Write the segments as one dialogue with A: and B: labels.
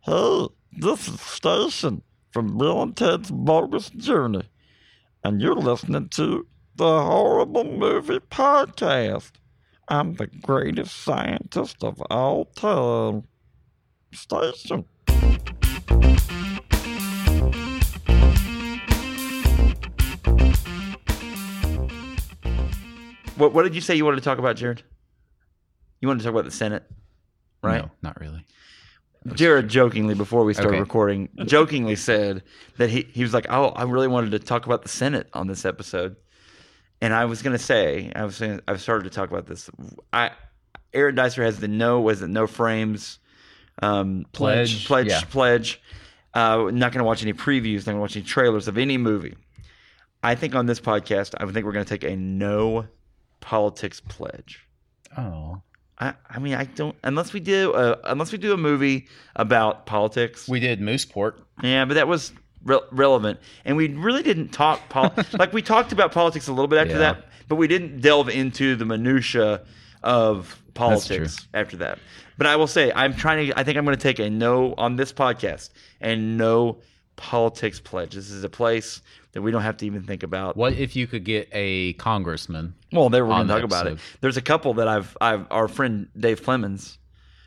A: Hey, this is Station from Bill and Ted's Bogus Journey, and you're listening to the Horrible Movie Podcast. I'm the greatest scientist of all time. Station.
B: What What did you say you wanted to talk about, Jared? You wanted to talk about the Senate, right?
C: No, not really.
B: Jared jokingly before we started
C: Okay.
B: recording, jokingly said that he he was like, "Oh, I really wanted to talk about the Senate on this episode," and I was gonna say, I was saying, I've started to talk about this. I Aaron Dicer has the no was it no frames um,
C: Pledge,
B: pledge
C: yeah.
B: pledge. Uh, not gonna watch any previews. Not gonna watch any trailers of any movie. I think on this podcast, I think we're gonna take a no politics pledge.
C: Oh,
B: I, I mean I don't unless we do a, unless we do a movie about politics.
C: we did Mooseport.
B: yeah, but that was re- relevant, and we really didn't talk pol- like we talked about politics a little bit after
C: Yeah.
B: that, but we didn't delve into the minutia of
C: That's true.
B: politics after that. But I will say I'm trying to. I think I'm going to take a no on this podcast and no politics pledge. This is a place that we don't have to even think about.
C: What if you could get a congressman?
B: Well, they were
C: on
B: going to
C: the
B: talk about it.
C: episode.
B: There's a couple that I've, I've our friend Dave Clemens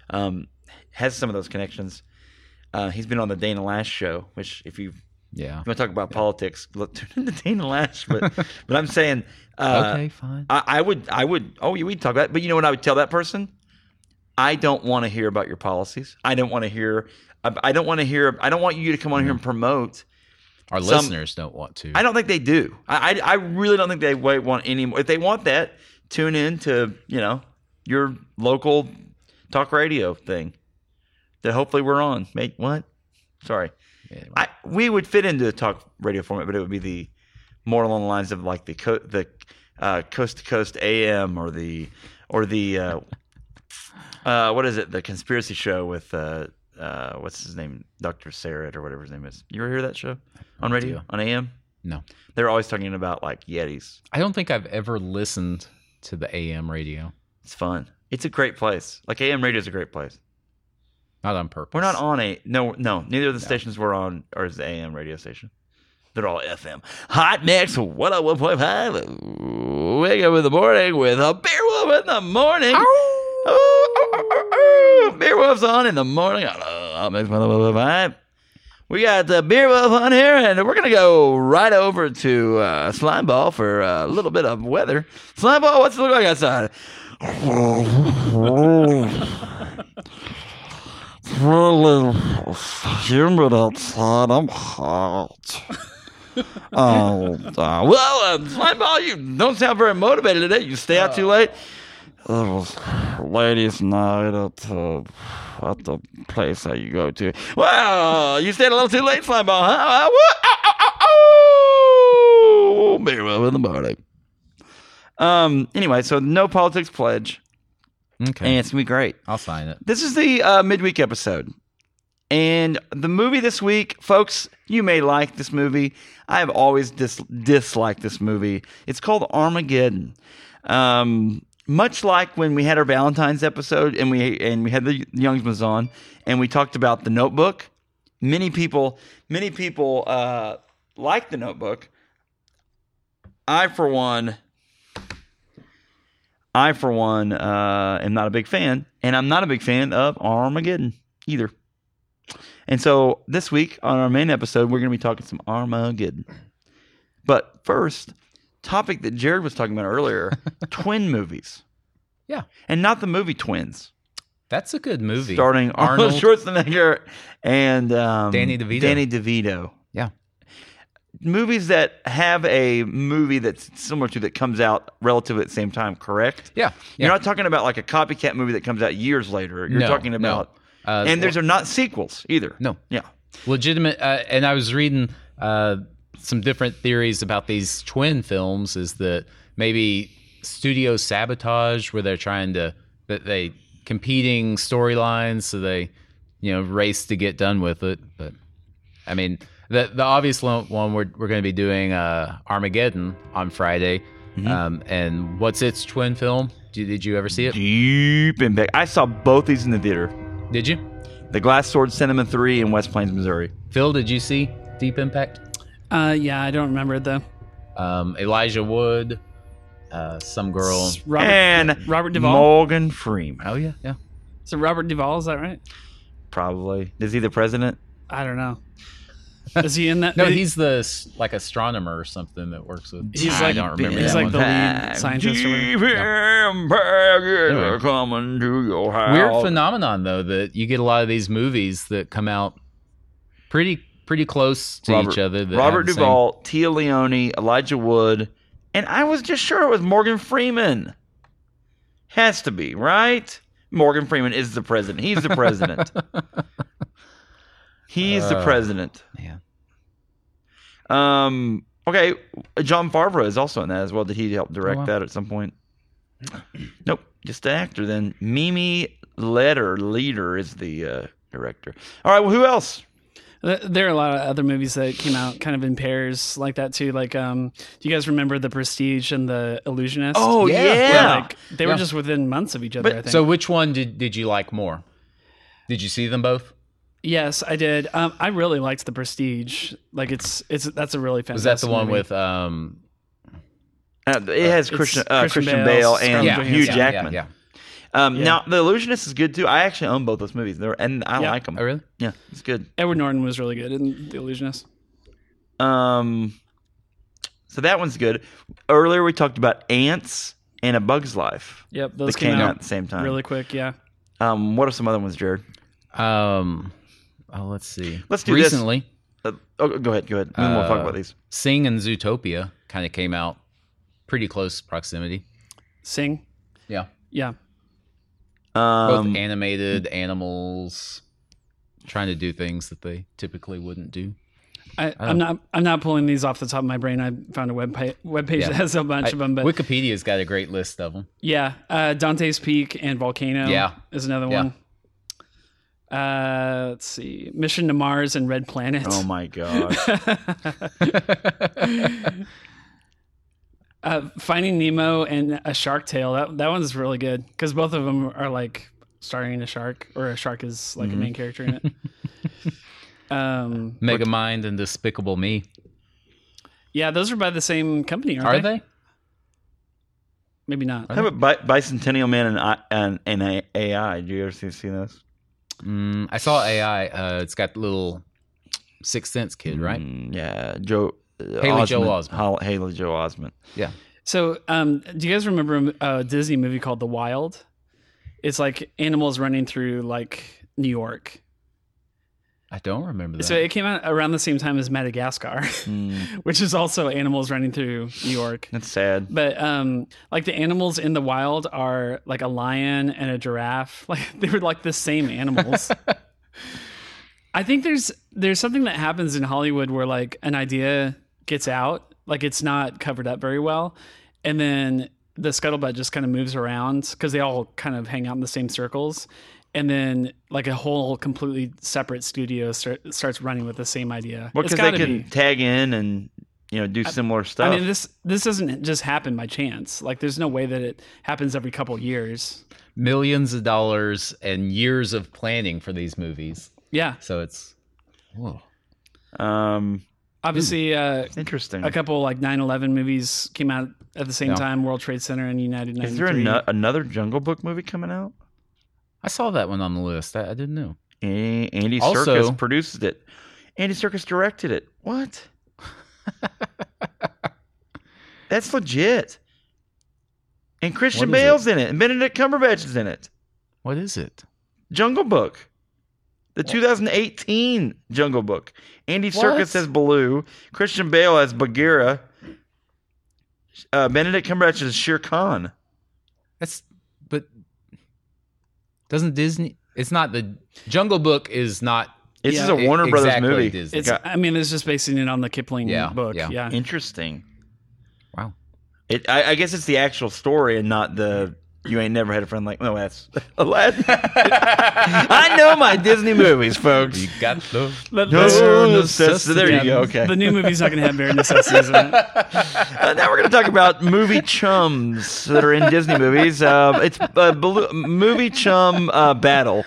B: um, has some of those connections. Uh, he's been on the Dana Lash show, which if you
C: Yeah.
B: if you want to talk about politics, look tune into Dana Lash. But but I'm saying, uh,
C: okay, fine.
B: I, I would I would oh yeah, we'd talk about. It. But you know what I would tell that person? I don't want to hear about your policies. I don't want to hear. I, I don't want to hear. I don't want you to come
C: Mm-hmm.
B: on here and promote
C: Our
B: some-
C: listeners don't want to.
B: I don't think they do. I, I, I really don't think they wa- want any more. If they want that, tune in to you know your local talk radio thing that hopefully we're on. Make what? Sorry,
C: Anyway.
B: I we would fit into the talk radio format, but it would be the more along the lines of like the co- the uh, coast to coast AM or the or the uh, uh, what is it? The conspiracy show with. Uh, uh, what's his name? Dr. Sarrett or whatever his name is. You ever hear that show on radio
C: idea.
B: on AM?
C: no.
B: They're always talking about like Yetis.
C: I don't think I've ever listened to the AM radio.
B: It's fun. It's a great place. Like AM radio is a great place.
C: Not on purpose.
B: We're not on a no no. Neither of the stations we're on or is the AM radio station. They're all FM. Hot next one hundred one point five. Wake up in the morning with a beer wolf in the morning. Oh, oh, oh, oh. Beer wolf's on in the morning. Hot next one hundred one point five. We got the beer wolf on here, and we're gonna go right over to uh, slime ball for a little bit of weather. Slime ball, what's it look like outside?
A: really humid outside. I'm hot. oh, uh, well,
B: Well, uh, slime ball, you don't sound very motivated today. You stay out too late.
A: it was ladies' night at, uh, at the place that you go to.
B: Well, you stayed a little too late, slime ball, huh? Uh, woo, uh, ow, ow, ow, ow. Very oh! well in the morning. Um. Anyway, so no politics pledge,
C: Okay.
B: and it's gonna be great.
C: I'll sign it.
B: This is the uh, midweek episode. And the movie this week, folks, you may like this movie. I have always dis- disliked this movie. It's called Armageddon. Um, much like when we had our Valentine's episode and we and we had the Youngsman's on and we talked about The Notebook. Many people, many people uh, like The Notebook. I, for one, I, for one, uh, am not a big fan, and I'm not a big fan of Armageddon either. And so this week on our main episode, we're going to be talking some Armageddon. But first, topic that Jared was talking about earlier twin movies.
C: Yeah.
B: And not the movie Twins,
C: That's a good movie.
B: starting Arnold
C: Arnold.
B: Schwarzenegger and um,
C: Danny DeVito.
B: Danny DeVito.
C: Yeah.
B: Movies that have a movie that's similar to that comes out relatively at the same time, correct?
C: Yeah. yeah.
B: You're not talking about like a copycat movie that comes out years later. You're
C: No,
B: talking
C: no.
B: about,
C: Uh,
B: and there's are not sequels either.
C: No.
B: Yeah.
C: legitimate uh, and i was reading uh, some different theories about these twin films is that maybe studio sabotage where they're trying to that they competing storylines so they you know race to get done with it but i mean the the obvious lo- one we're, we're going to be doing uh, armageddon on friday um, and what's its twin film did, did you ever see it
B: Deep in back. I saw both these in the theater.
C: did you
B: The Glass Sword Cinema 3 in West Plains, Missouri.
C: Phil, did you see Deep Impact?
D: Uh, yeah, I don't remember the
C: Um, Elijah Wood, uh, some girl.
D: S- Robert,
B: and
D: Robert Duvall.
B: Morgan Freeman.
C: Oh yeah, yeah.
D: So Robert Duvall is that right?
B: Probably. Is he the president?
D: I don't know. Is he in that?
C: No, he's the s- like astronomer or something that works with.
D: He's
C: I
D: like-
C: don't remember.
D: he's
C: that one.
D: like the lead scientist or whatever.
B: Impact
C: Anyway.
B: is coming to your house.
C: weird phenomenon though that you get a lot of these movies that come out pretty pretty close to
B: Robert-
C: each other. that
B: Robert
C: have the same-
B: Duvall, Tia Leone, Elijah Wood, and I was just sure it was Morgan Freeman. Has to be, right? Morgan Freeman is the president. He's the president. He's the
C: Uh,
B: president.
C: yeah.
B: Um. Okay. John Favreau is also in that as well. Did he help direct
C: Oh, wow.
B: that at some point? nope. Just an actor then. Mimi Letter Leader is the uh, director. All right. Well, who else?
D: Th- There are a lot of other movies that came out kind of in pairs like that too. Like, um, do you guys remember The Prestige and The Illusionist?
B: Oh
C: Yeah.
B: yeah.
D: Where, like, they were
C: Yeah.
D: just within months of each other.
B: But-
D: I think.
C: So which one did did you like more? Did you see them both?
D: yes, I did. Um, I really liked The Prestige. Like, it's it's that's a really
C: Was
D: fantastic.
C: that the one
D: movie.
C: with um
B: Uh, it has
D: it's
B: Christian, uh,
D: Christian
B: Christian Bale,
D: Bale,
B: and
D: Yeah,
B: Hugh
D: yeah,
B: Jackman.
C: Yeah,
B: Um,
D: Yeah.
B: Now, The Illusionist is good too. I actually own both those movies, They're, and I
D: Yeah.
B: like them.
C: Oh really?
B: Yeah, it's good.
D: Edward Norton was really good in The Illusionist.
B: Um, so that one's good. Earlier, we talked about ants and A Bug's Life.
D: Yep,
B: They
D: those
B: came,
D: came,
B: out, at
D: out
B: the same time.
D: really quick. Yeah,
B: Um, what are some other ones, Jared?
C: Um oh let's see.
B: Let's do this.
C: Recently,
B: Uh, oh, go ahead, go ahead. And then we'll talk
C: Uh,
B: about these.
C: Sing and Zootopia kind of came out pretty close proximity.
D: Sing.
C: Yeah.
D: Yeah,
C: Both
B: Um,
C: animated animals trying to do things that they typically wouldn't do.
D: I, I'm not. I'm not pulling these off the top of my brain. I found a web page, web page
C: Yeah.
D: that has a bunch of them, but
C: Wikipedia's got a great list of them.
D: yeah, uh, Dante's Peak and Volcano.
C: Yeah.
D: is another
C: Yeah.
D: one. Uh, let's see, Mission to Mars and Red Planet.
B: oh my god.
D: uh, Finding Nemo and A Shark Tale. That that one's really good because both of them are like starring a shark, or a shark is like
C: Mm-hmm.
D: a main character in it. um,
C: Megamind and Despicable Me.
D: yeah, those are by the same company, aren't
C: Are they?
D: Maybe not.
B: How about Bi- Bicentennial Man and, I, and, and A- AI? Do you ever see, see those?
C: Mm, I saw AI. Uh, it's got the little Sixth Sense kid, right?
B: Mm, yeah, Joe. uh,
C: Haley Joel Osment.
B: Hal- Haley Joe Osment.
C: Yeah.
D: So, um, do you guys remember a Disney movie called The Wild? It's like animals running through like New York.
C: I don't remember that.
D: So it came out around the same time as Madagascar,
B: Mm,
D: which is also animals running through New York.
B: that's sad.
D: But um, like the animals in the wild are like a lion and a giraffe. Like they were like the same animals. I think there's there's something that happens in Hollywood where like an idea gets out, like it's not covered up very well, and then the scuttlebutt just kind of moves around because they all kind of hang out in the same circles, and then like a whole completely separate studio start, starts running with the same idea.
B: Well,
D: It's
B: because they
D: gotta
B: could
D: be.
B: tag in and you know do similar stuff.
D: I mean, this this doesn't just happen by chance. Like, there's no way that it happens every couple years.
C: Millions of dollars and years of planning for these movies.
D: Yeah,
C: So it's. Whoa.
B: um,
D: obviously, uh,
B: interesting.
D: a couple like 9/11 movies came out at the same
C: Yeah.
D: time: World Trade Center and United.
B: Is there
D: 93.
B: ano- another Jungle Book movie coming out?
C: I saw that one on the list. I, I didn't know.
B: A- Andy
C: Also-
B: Circus produced it. Andy Circus directed it. What? That's legit. And Christian
C: What is it?
B: Bale's in it, and Benedict Cumberbatch is in it.
C: What is it?
B: Jungle Book. The 2018 Jungle Book. Andy Serkis
C: What?
B: as Baloo. Christian Bale as Bagheera. Uh, Benedict Cumberbatch as Shere Khan.
C: That's. But. Doesn't Disney. It's not the. Jungle Book is not.
B: This
D: Yeah.
B: is a
C: e-
B: Warner
C: exactly
B: Brothers movie.
C: Disney.
D: It's. I mean, it's just basing it on the Kipling
C: Yeah,
D: book.
C: yeah.
D: Yeah.
B: Interesting.
C: Wow.
B: It, I, I guess it's the actual story and not the you ain't never had a friend like no that's Aladdin. I know my Disney movies, folks.
C: You got the.
D: But
B: No
D: that's-
B: necessity. There you
D: yeah,
B: go. Okay.
D: The new movie's not going to have bare necessities in it.
B: Uh, now we're going to talk about movie chums that are in Disney movies. Uh, it's uh, Baloo- movie chum uh, battle.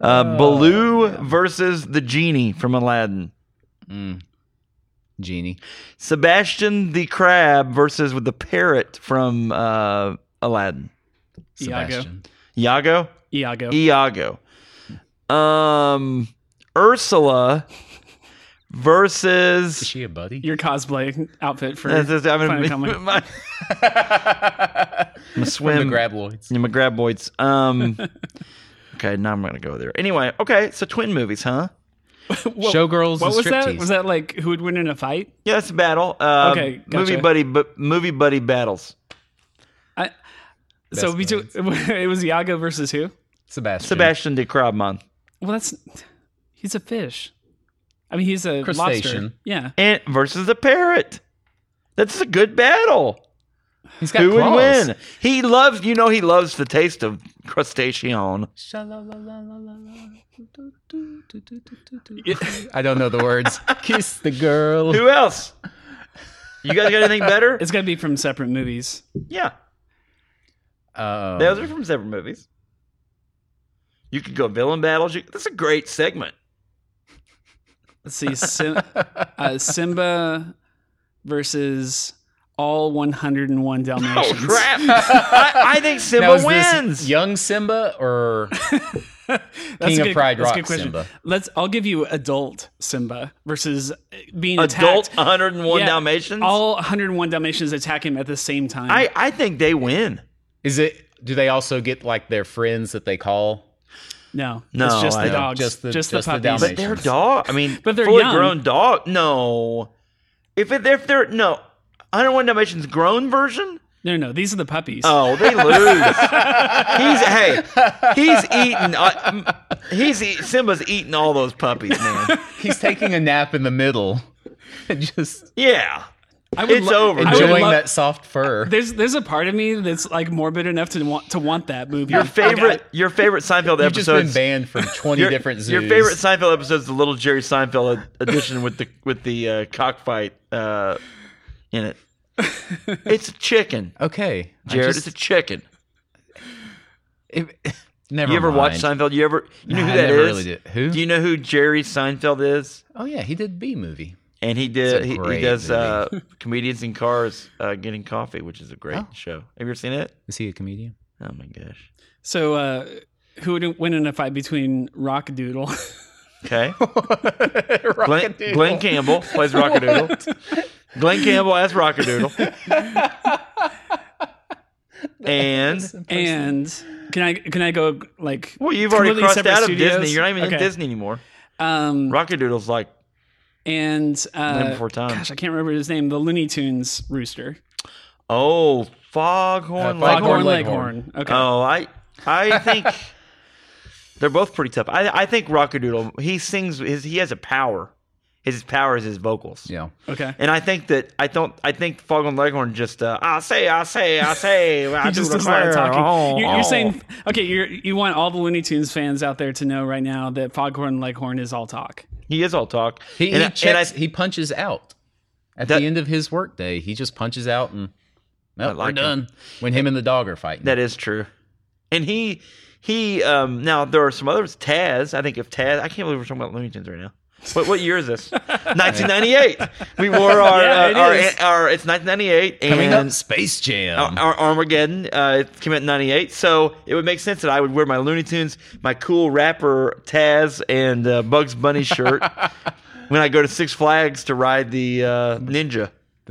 A: Uh, Baloo versus the genie from Aladdin.
C: Genie.
A: Sebastian the crab versus with the parrot from uh, Aladdin.
D: Iago.
C: Sebastian.
A: Iago.
D: Iago.
B: E
A: Iago. Um, Ursula
C: Is
A: versus.
C: she a buddy?
D: Your cosplay outfit for
A: That's- that's-
D: Final
A: I'm
D: Comic.
A: gonna, my, I'm gonna
C: From the
A: swim.
C: Grabloids.
A: Yeah, my graboids. Um, okay, now I'm gonna go there. Anyway, okay, so twin movies, huh?
D: Whoa,
C: Showgirls
D: What
C: and
D: was that?
C: striptease.
D: Was that like who would win in a fight?
A: Yeah, it's a battle. Uh,
D: Okay, gotcha.
A: movie buddy, but movie buddy battles.
D: I, so we do, it was Iago versus who?
C: Sebastian.
A: Sebastian de Crabman.
D: Well, that's he's a fish. I mean, he's a lobster.
C: Crustacean.
D: Yeah.
A: and versus the parrot. That's a good battle.
C: He's got
A: Who would
C: claws.
A: win? He loves, you know, he loves the taste of crustacean.
C: I don't know the words. Kiss the girl.
A: Who else? You guys got anything better?
D: It's got to be from separate movies.
A: yeah,
C: Um,
A: those are from separate movies. You could go villain battles. You, that's a great segment.
D: Let's see. Sim, uh, Simba versus all 101
A: Oh
D: Dalmatians.
A: crap! I, I think
C: now,
A: Simba
C: is this
A: wins.
C: Young Simba or
D: That's
C: King
D: a
C: of
D: good-
C: Pride
D: that's a
C: Rock
D: good question.
C: Simba?
D: Let's. I'll give you adult Simba versus being
A: Adult
D: attacked.
A: 101
D: Yeah,
A: Dalmatians.
D: All 101 Dalmatians attack him at the same time.
A: I I think they win.
C: Is it? Do they also get like their friends that they call?
D: no,
A: No,
D: it's just
A: I
D: the
A: don't.
D: dogs,
C: Just the- just the
D: puppies.
C: Dalmatians.
A: But they're dog. I mean,
D: But they're
A: fully
D: young.
A: grown dog. No, if it, if they're no, I don't want Dalmatians grown version.
D: No, no, these are the puppies.
A: Oh, they lose. he's hey, he's eating. Uh, m- he's eat, Simba's eating all those puppies, man.
C: He's taking a nap in the middle and just
A: Yeah,
D: I would
A: it's
D: lo-
A: over.
D: I would
C: enjoying
D: love-
C: that soft fur.
D: There's there's a part of me that's like morbid enough to want to want that movie.
A: Your
D: Like, I-
A: favorite, your favorite Seinfeld
C: You've just been
A: episodes.
C: banned from 20
A: Your,
C: different zoos.
A: your favorite Seinfeld episode is the little Jerry Seinfeld ed- edition with the with the uh, cockfight uh, in it. It's a chicken,
C: Okay, I
A: Jared. it's
C: just-
A: a chicken.
C: it- never.
A: You ever watch
C: mind.
A: Seinfeld? You ever you know
C: Nah,
A: who
C: I
A: that is?
C: never really did. Who?
A: Do you know who Jerry Seinfeld is?
C: Oh yeah, he did B movie.
A: And he did
C: a
A: he, he
C: great
A: does
C: movie. Oh.
A: uh, comedians in cars uh, getting coffee, which is a great show. Have you ever seen it?
C: Is he a comedian?
A: Oh my gosh.
D: So, uh, who would win in a fight between Rock Doodle?
A: Okay. Glenn, Glenn Campbell plays Rockadoodle. Glenn Campbell as Rockadoodle. and
D: and can I can I go like?
A: well, you've already
D: completely
A: crossed
D: separate
A: out of
D: studios?
A: Disney. You're not even
D: Okay.
A: in Disney anymore.
D: Um,
A: Rockadoodle's like
D: and
A: Land
D: uh,
A: Before Time.
D: gosh, I can't remember his name. The Looney Tunes rooster,
A: oh, Foghorn
C: Uh,
A: Leghorn.
D: Foghorn
C: Foghorn
D: Leghorn.
C: Leghorn.
D: Okay,
A: Oh, I I think they're both pretty tough. I I think Rockadoodle he sings his he has a power. His power is his vocals.
C: Yeah.
D: okay.
A: And I think that I don't I think Foghorn Leghorn just uh, I say I say I say I
D: He
A: do
D: just does a lot
A: declare,
D: of
A: oh,
D: talking. You're,
A: oh.
D: you're saying okay. You're, you want all the Looney Tunes fans out there to know right now that Foghorn Leghorn is all talk.
A: he is all talk.
C: He,
A: and,
C: he
A: I- and
C: checks.
A: I,
C: he punches out at
A: That-
C: the end of his workday. He just punches out and well,
A: like
C: we're
A: him.
C: done. When him and the dog are fighting,
A: that is true. And he he um now there are some others Taz. I think if Taz I can't believe we're talking about Looney Tunes right now. What what year is this? 1998. We wore our
D: Yeah,
A: uh,
D: it
A: our,
D: is.
A: our it's 1998
C: coming
A: and Oh,
C: up, Space Jam.
A: Ar- Ar- Armageddon. Uh, it came out in '98, so it would make sense that I would wear my Looney Tunes, my cool rapper Taz, and uh, Bugs Bunny shirt when I go to Six Flags to ride the uh, Ninja,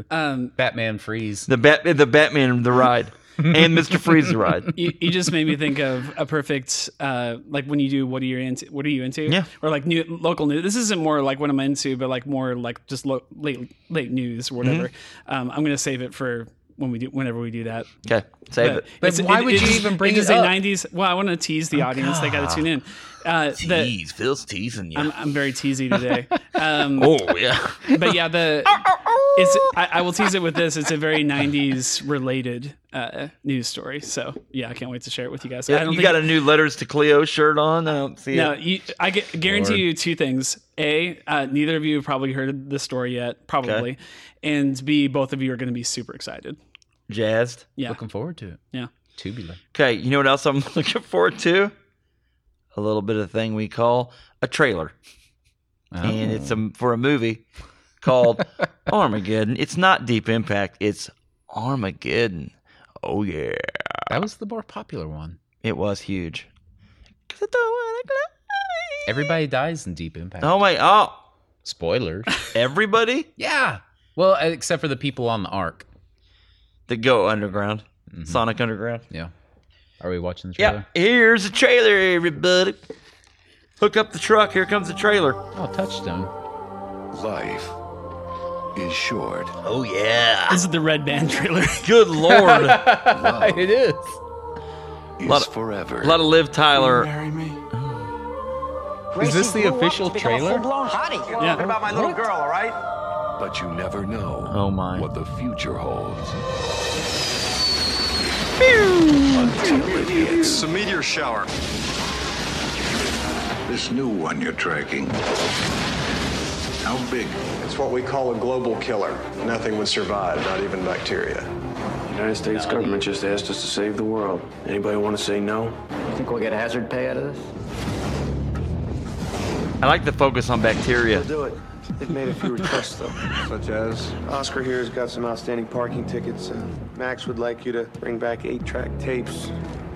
A: oh.
D: Um,
C: Batman freeze.
A: the Bat, the Batman, the ride, and Mister Freeze the ride.
D: you, you just made me think of a perfect uh like when you do what are you into what are you into
A: Yeah.
D: or like new local news this isn't more like what i'm into but like more like just lo- late late
C: Mm-hmm.
D: news or whatever um i'm gonna save it for when we do whenever we do that
A: Okay, save
D: But
A: it.
C: But why would you
D: is-
C: even bring
D: it is
C: it
D: a
C: up? Oh,
D: 90s well i want to tease the audience they gotta tune in uh the,
A: Phil's teasing you.
D: I'm, I'm very teasy today um
A: oh yeah,
D: but yeah the
C: Oh,
D: it's I, I will tease it with this it's a very 90s related uh news story so yeah i can't wait to share it with you guys i don't
A: you
D: think
A: got a new Letters to Cleo shirt on. I don't see
D: No,
A: it.
D: you, I gu- guarantee
C: Lord.
D: you two things. A, uh, neither of you have probably heard the story yet, probably, and B, both of you are going to be super excited.
A: Jazzed.
D: Yeah,
C: Looking forward to it.
D: yeah.
C: Tubular.
A: Okay, you know what else I'm looking forward to?
B: a little bit of thing we call a trailer,
C: Uh-huh.
B: and it's a, for a movie called Armageddon. It's not Deep Impact. It's Armageddon. Oh yeah,
C: that was the more popular one.
B: it was huge. 'Cause I don't wanna cry.
C: Everybody dies in Deep Impact.
B: Oh my! Oh,
C: Spoilers.
B: everybody
C: yeah. Well, except for the people on the ark.
B: that go underground, Sonic Underground.
C: Yeah. Are we watching the
B: Mm-hmm. Yeah,
C: trailer?
B: here's a trailer, everybody. Hook up the truck. Here comes the trailer.
C: Oh, Touchstone.
E: Life is short.
B: Oh yeah!
D: This is the red band trailer.
B: Good lord! a
E: Love
C: It Oh. is.
E: is
B: lot of-
E: forever.
B: lot of Liv Tyler.
F: Marry me.
C: Is this the official trailer?
D: Yeah.
G: about my little girl, all right?
E: but you never know
B: Oh, my.
E: what the future holds. Until it hits.
G: It's a meteor shower.
H: This new one you're tracking. How big?
G: It's what we call a global killer. Nothing would survive, not even bacteria.
I: The United States government just asked us to save the world. Anybody want to say no?
J: Think we'll get hazard pay out of this?
B: I like the focus on bacteria.
I: Do it. They've made a few requests, though.
G: Such as?
I: Oscar here has got some outstanding parking tickets. Uh, Max would like you to bring back eight-track tapes.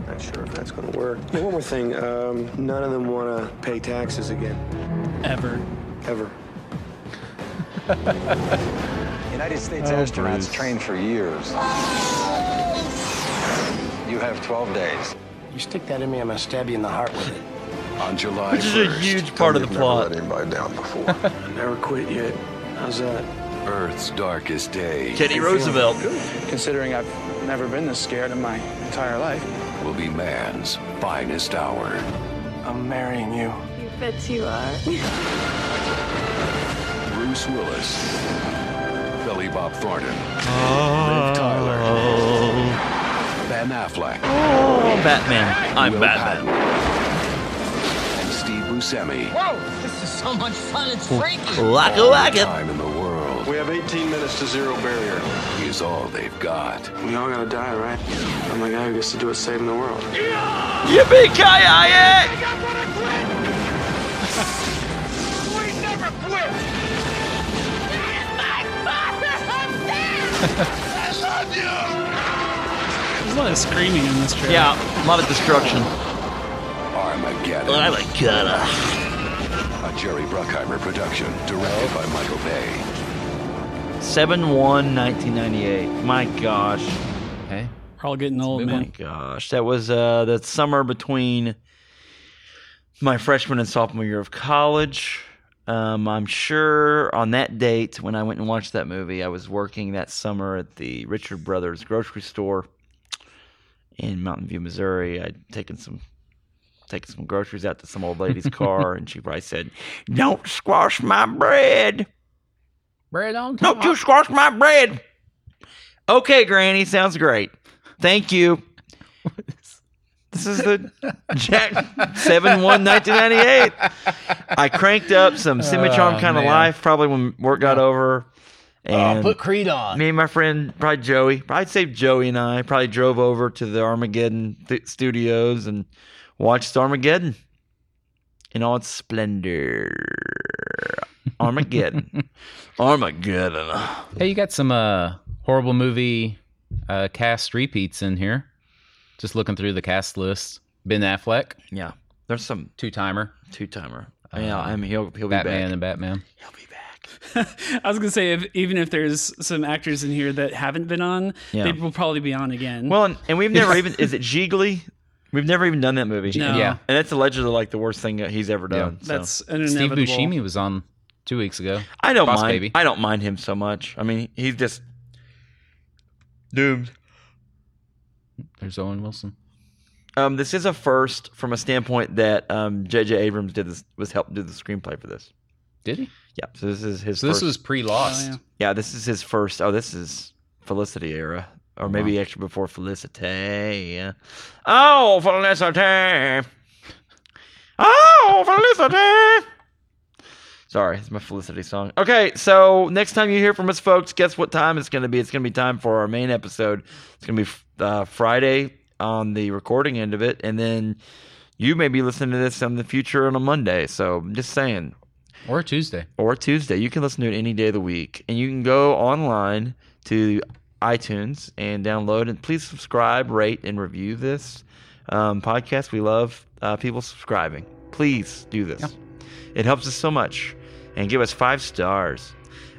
I: Not sure if that's going to work. And one more thing. Um, none of them want to pay taxes again,
D: Ever.
I: ever.
F: United States
H: Oh,
F: astronauts
H: Bruce.
F: train for years. You have 12 days.
J: You stick that in me, I'm gonna stab you in the heart with it.
E: On July
B: Which is a
E: 1st,
B: huge part of the
H: You've
B: plot.
H: Never let anybody down before.
I: I never quit yet. How's that?
E: Earth's darkest day
B: Teddy Roosevelt.
I: Considering I've never been this scared in my entire life,
E: will be man's finest hour.
I: I'm marrying you.
K: You bet you are.
E: Bruce Willis, Billy Bob Thornton, Liv Tyler, Ben Affleck,
B: Oh, Batman. I'm
E: Will
B: Batman.
E: Patton, and Steve Buscemi.
B: Waka
E: All the
B: waka.
E: time in the world
G: We have 18 minutes to zero barrier.
E: is all they've got.
I: We all gotta die, right? I'm the guy who gets to do it saving the world.
B: Yippee ki
D: There's a lot of screaming in this trailer.
B: Yeah, a lot of destruction.
E: Armageddon.
B: Armageddon.
E: A Jerry Bruckheimer production, directed by Michael Bay.
B: 7 1 1998. My gosh.
C: Okay.
D: We're all getting old,
B: Oh My
D: man.
B: gosh. That was uh, the summer between my freshman and sophomore year of college. Um, I'm sure on that date when I went and watched that movie, I was working that summer at the Richard Brothers grocery store in Mountain View, Missouri. I'd taken some taken some groceries out to some old lady's car, and she probably said, "Don't squash my bread."
C: Right on
B: Don't you squash my bread. Okay, Granny, sounds great. Thank you. This is the Jack 7 1 1998. I cranked up some Simitron
C: Oh,
B: kind of
C: man. Oh,
B: life probably when work got over. And
C: Creed on.
B: me and my friend, probably Joey, I'd say Joey and I probably drove over to the Armageddon th- studios and watched Armageddon in all its splendor. Armageddon. Armageddon.
C: Hey, you got some uh, horrible movie uh, cast repeats in here. Just looking through the cast list. Ben Affleck,
B: Yeah, there's some
C: two timer,
B: two timer. yeah, I mean he'll he'll be
C: Uh, Batman
B: back.
C: and Batman.
B: He'll be back.
D: I was gonna say, if, even if there's some actors in here that haven't been on,
B: Yeah.
D: they will probably be on again.
B: Well, and, and we've never even is it Gigli? We've never even done that movie.
D: No.
C: Yeah.
B: And that's allegedly like the worst thing that he's ever done. so.
D: that's an
C: Steve
D: inevitable. uh,
C: Buscemi was on two weeks ago.
B: I don't
C: Boss
B: mind.
C: Baby.
B: I don't mind him so much. I mean, he's just doomed.
C: There's Owen Wilson.
B: Um, this is a first from a standpoint that um, J.J. Abrams did this was helped do the screenplay for this.
C: Did he?
B: Yeah, so this is his.
C: So this
B: first-
C: was pre-Lost.
D: Oh,
B: Yeah, this is his first. Oh, this is Felicity era, or maybe actually before Felicity. yeah. Oh, Felicity! Oh, Felicity! Sorry, it's my Felicity song. Okay, so next time you hear from us, folks, guess what time it's going to be? It's going to be time for our main episode. It's going to be uh, Friday on the recording end of it, and then You may be listening to this on the future on a Monday, so I'm just saying.
C: Or Tuesday.
B: Or Tuesday. You can listen to it any day of the week. And you can go online to iTunes and download. And please subscribe, rate, and review this um, podcast. We love uh, people subscribing. Please do this. It helps us so much. And give us five stars,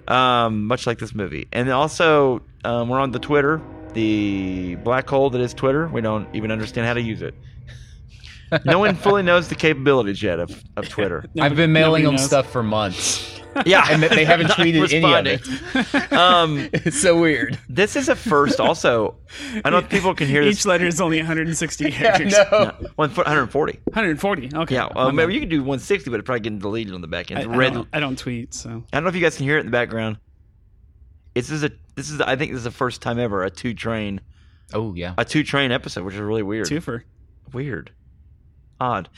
B: um, much like this movie. And also, um, we're on the Twitter, the black hole that is Twitter. We don't even understand how to use it. No one fully knows the capabilities yet of, of Twitter.
C: I've been mailing them
D: Nobody knows.
C: stuff for months.
B: Yeah,
C: And they- they haven't
B: Not
C: tweeted any of it.
B: responding. um,
C: It's so weird.
B: this is a first. Also, I don't know if people can hear
D: Each
B: this.
D: letter is only 160
C: I
D: characters.
C: know.
B: No, one foot- 140.
D: 140. Okay.
B: Yeah,
D: My
B: well, maybe
D: bad.
B: you could do 160, but it probably getting deleted on the back end.
D: I,
B: It's
D: I
B: red.
D: don't, I don't tweet, so
B: I don't know if you guys can hear it in the background. This is a this is I think this is the first time ever a two train
C: Oh yeah.
B: a two train episode, which is really weird.
D: twofer.
B: Weird, odd.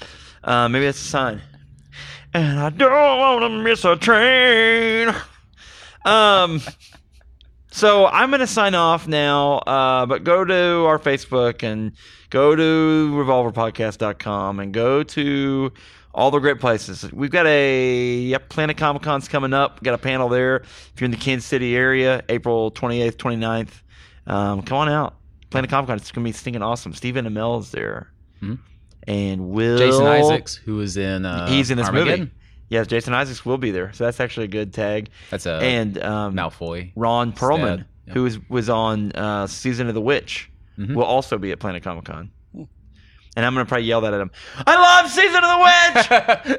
B: Uh, maybe that's a sign. And I don't want to miss a train. Um. So I'm gonna sign off now, uh, but go to our Facebook and go to revolverpodcast.com and go to all the great places. We've got a yep, Planet Comic Con's coming up. We've got a panel there. If you're in the Kansas City area, April 28th, 29th, um, come on out. Planet Comic Con. It's gonna be stinking awesome. Stephen Amell is there,
C: Mhm.
B: and Will
C: Jason Isaacs, who is in uh,
B: He's in this
C: Armageddon.
B: movie. Yes, Jason Isaacs will be there. So that's actually a good tag.
C: That's a
B: and um,
C: Malfoy.
B: Ron Perlman,
C: dead. Yeah.
B: who was was on uh, season of the Witch,
C: Mhm.
B: will also be at Planet Comic Con. And I'm gonna probably yell that at him. I love season of the Witch.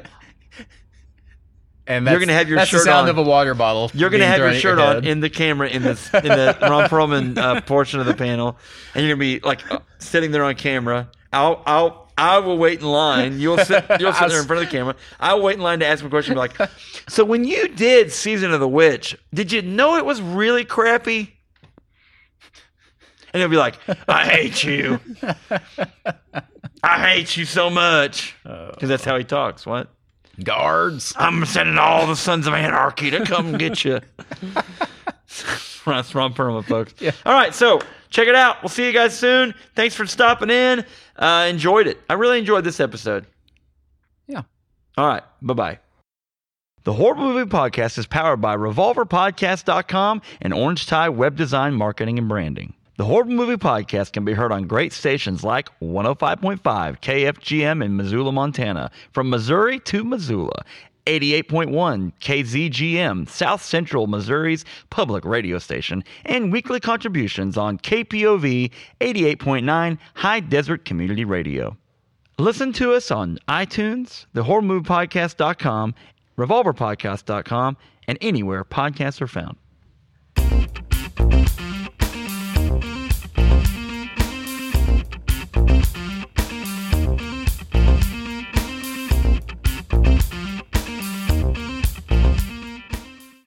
C: And
B: You're
C: that's,
B: gonna have your
C: that's
B: shirt
C: the sound
B: on.
C: of a water bottle.
B: You're gonna
C: being
B: have your
C: thrown at
B: shirt
C: your
B: on
C: head.
B: in the camera in the in the Ron Perlman uh, portion of the panel, and you're gonna be like uh, sitting there on camera. I'll I'll. I will wait in line. You'll sit. You'll sit there in front of the camera. I'll wait in line to ask him a question. Be like, "So when you did season of the witch, did you know it was really crappy?" And he'll be like, "I hate you. I hate you so much."
C: Oh.
B: Because that's how he talks. What?
C: guards.
B: I'm sending all the sons of anarchy to come get you. That's Ron Perlman, folks. All right, so check it out. We'll see you guys soon. Thanks for stopping in. Uh, enjoyed it. I really enjoyed this episode.
C: Yeah.
B: All right. Bye bye. The Horrible Movie Podcast is powered by RevolverPodcast.com and Orange Tie Web Design Marketing and Branding. The Horrible Movie Podcast can be heard on great stations like 105.5 KFGM in Missoula, Montana, from Missouri to Missoula, 88.1 KZGM, South Central Missouri's public radio station, and weekly contributions on KPOV 88.9 High Desert Community Radio. Listen to us on iTunes, thehorrormoviepodcast.com, revolverpodcast.com, and anywhere podcasts are found.